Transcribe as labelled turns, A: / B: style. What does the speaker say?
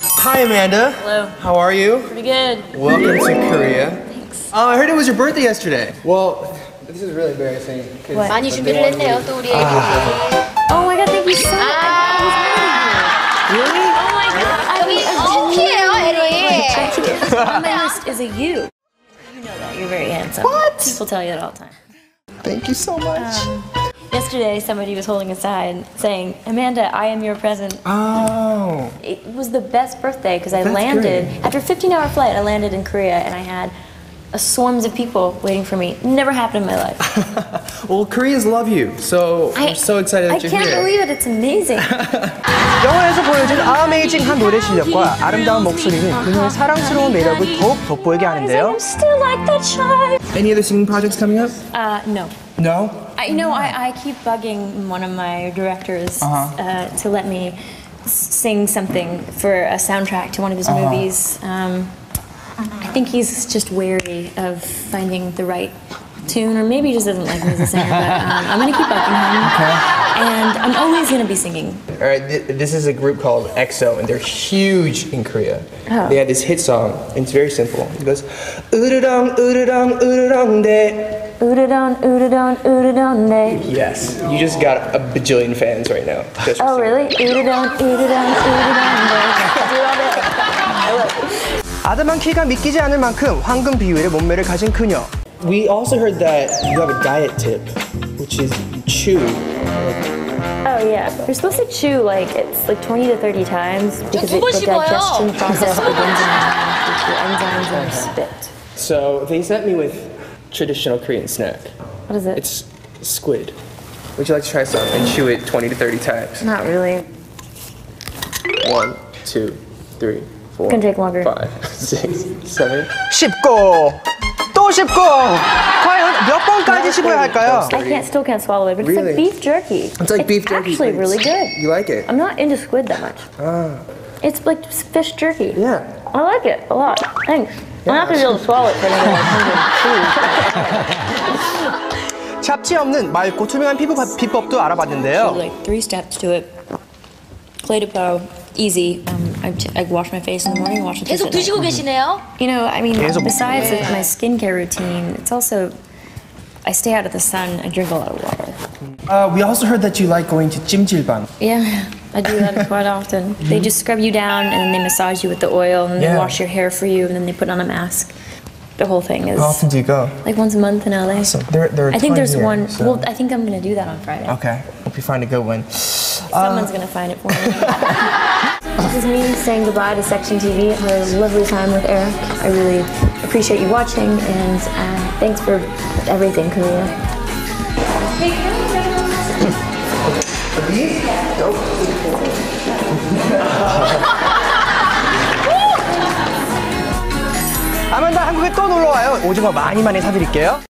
A: Hi, Amanda.
B: Hello.
A: How are you?
B: Pretty good.
A: Welcome to Korea. Thanks. Uh, I heard it was your birthday yesterday. Well, this is really embarrassing. 'cause
C: 많이 준비를 했네요, 또 우리 애기.
D: Oh my god, thank you so much. Ah.
C: 우리 OP예요, 에리.
D: Oh I think on my list is a you. You know that. You're very handsome. What? People tell you that all the time.
A: Thank you so much.
D: Yesterday, somebody was holding a sign saying, Amanda, I am your present.
A: Oh.
D: It was the best birthday because I
A: That's
D: landed, after a 15 hour flight, I landed in Korea and I had a swarms of people waiting for me. Never happened in my life.
A: Well, Koreans love you, so I, am so excited
D: I
A: that you're
D: can't
A: here.
D: believe it. It's amazing.
E: 영화에서 보여준 아메이징한 노래 실력과 아름다운 목소리는 그녀의 사랑스러운 매력을 더욱 돋보이게 하는데요.
D: I'm still like that child.
A: Any other singing projects coming up?
D: Uh, no.
A: No.
D: I you know I, I keep bugging one of my directors uh to let me s- sing something for a soundtrack to one of his movies. Um, I think he's just wary of finding the right tune, or maybe he just doesn't like me as a singer. but um, I'm gonna keep bugging him, and I'm always gonna be singing.
A: All right. Th- this is a group called EXO, and they're huge in Korea.
D: Oh.
A: They had this hit song, and it's very simple. It goes, 으르렁 으르렁 으르렁대.
D: Oodadon, oodadon, oodadon, day.
A: Yes. You just got a bajillion fans right now. just for singing.
D: Oh really? Oodadon, oodadon, oodadon, day. Do all that.
E: 아담한 키가 믿기지 않을 만큼 황금 비율의 몸매를 가진 그녀.
A: We also heard that you have a diet tip, which is you chew.
D: Oh yeah, you're supposed to chew like it's like 20 to 30 times because it, the
B: 씹어요.
D: digestion process begins in your mouth with your enzymes and your spit.
A: So they sent me with traditional Korean snack.
D: What is it?
A: It's squid. Would you like to try some and chew it 20 to 30 times?
D: not really.
A: One, two, three, four.
D: Gonna take longer.
A: Five, six, seven.
E: 씹고 또 씹고 과연 몇 번까지 씹어야 할까요?
D: I can't still can't swallow it, but
A: Oh. Really?
D: it's like beef jerky.
A: It's like beef jerky,
D: Actually,
A: but
D: really good.
A: You like it?
D: I'm not into squid that much. It's like fish jerky.
A: Yeah.
D: I like it a lot. Thanks. I'm not gonna be able to swallow it for another 100 chews.
E: 잡티 없는 맑고 투명한 피부 바- 비법도 알아봤는데요.
D: like three steps to it. Clay de peau, easy. Um, I, t- I wash my face in the morning, wash my face
C: 계속
D: at night.
C: 드시고 계시네요.
D: You know, I mean,
E: 계속
D: besides my skincare routine, it's also I stay out of the sun. I drink a lot of water.
A: Uh, we also heard that you like going to Jimjilbang.
D: Yeah, I do that quite often. They just scrub you down and then they massage you with the oil and
A: Mm-hmm. Yeah.
D: they wash your hair for you and then they put on a mask. The whole thing is
A: How often do you go?
D: like once a month in LA.
A: So there, there are
D: I
A: 20
D: think there's
A: here,
D: one.
A: so-
D: Well, I think I'm gonna do that on Friday.
A: Okay. Hope you find a good one.
D: Someone's gonna find it for me. this is me saying goodbye to Section TV. I had a lovely time with Eric. I really appreciate you watching, and uh, thanks for everything, Korea.
E: 아만다 한국에 또 놀러 와요. 오징어 많이 많이 사드릴게요.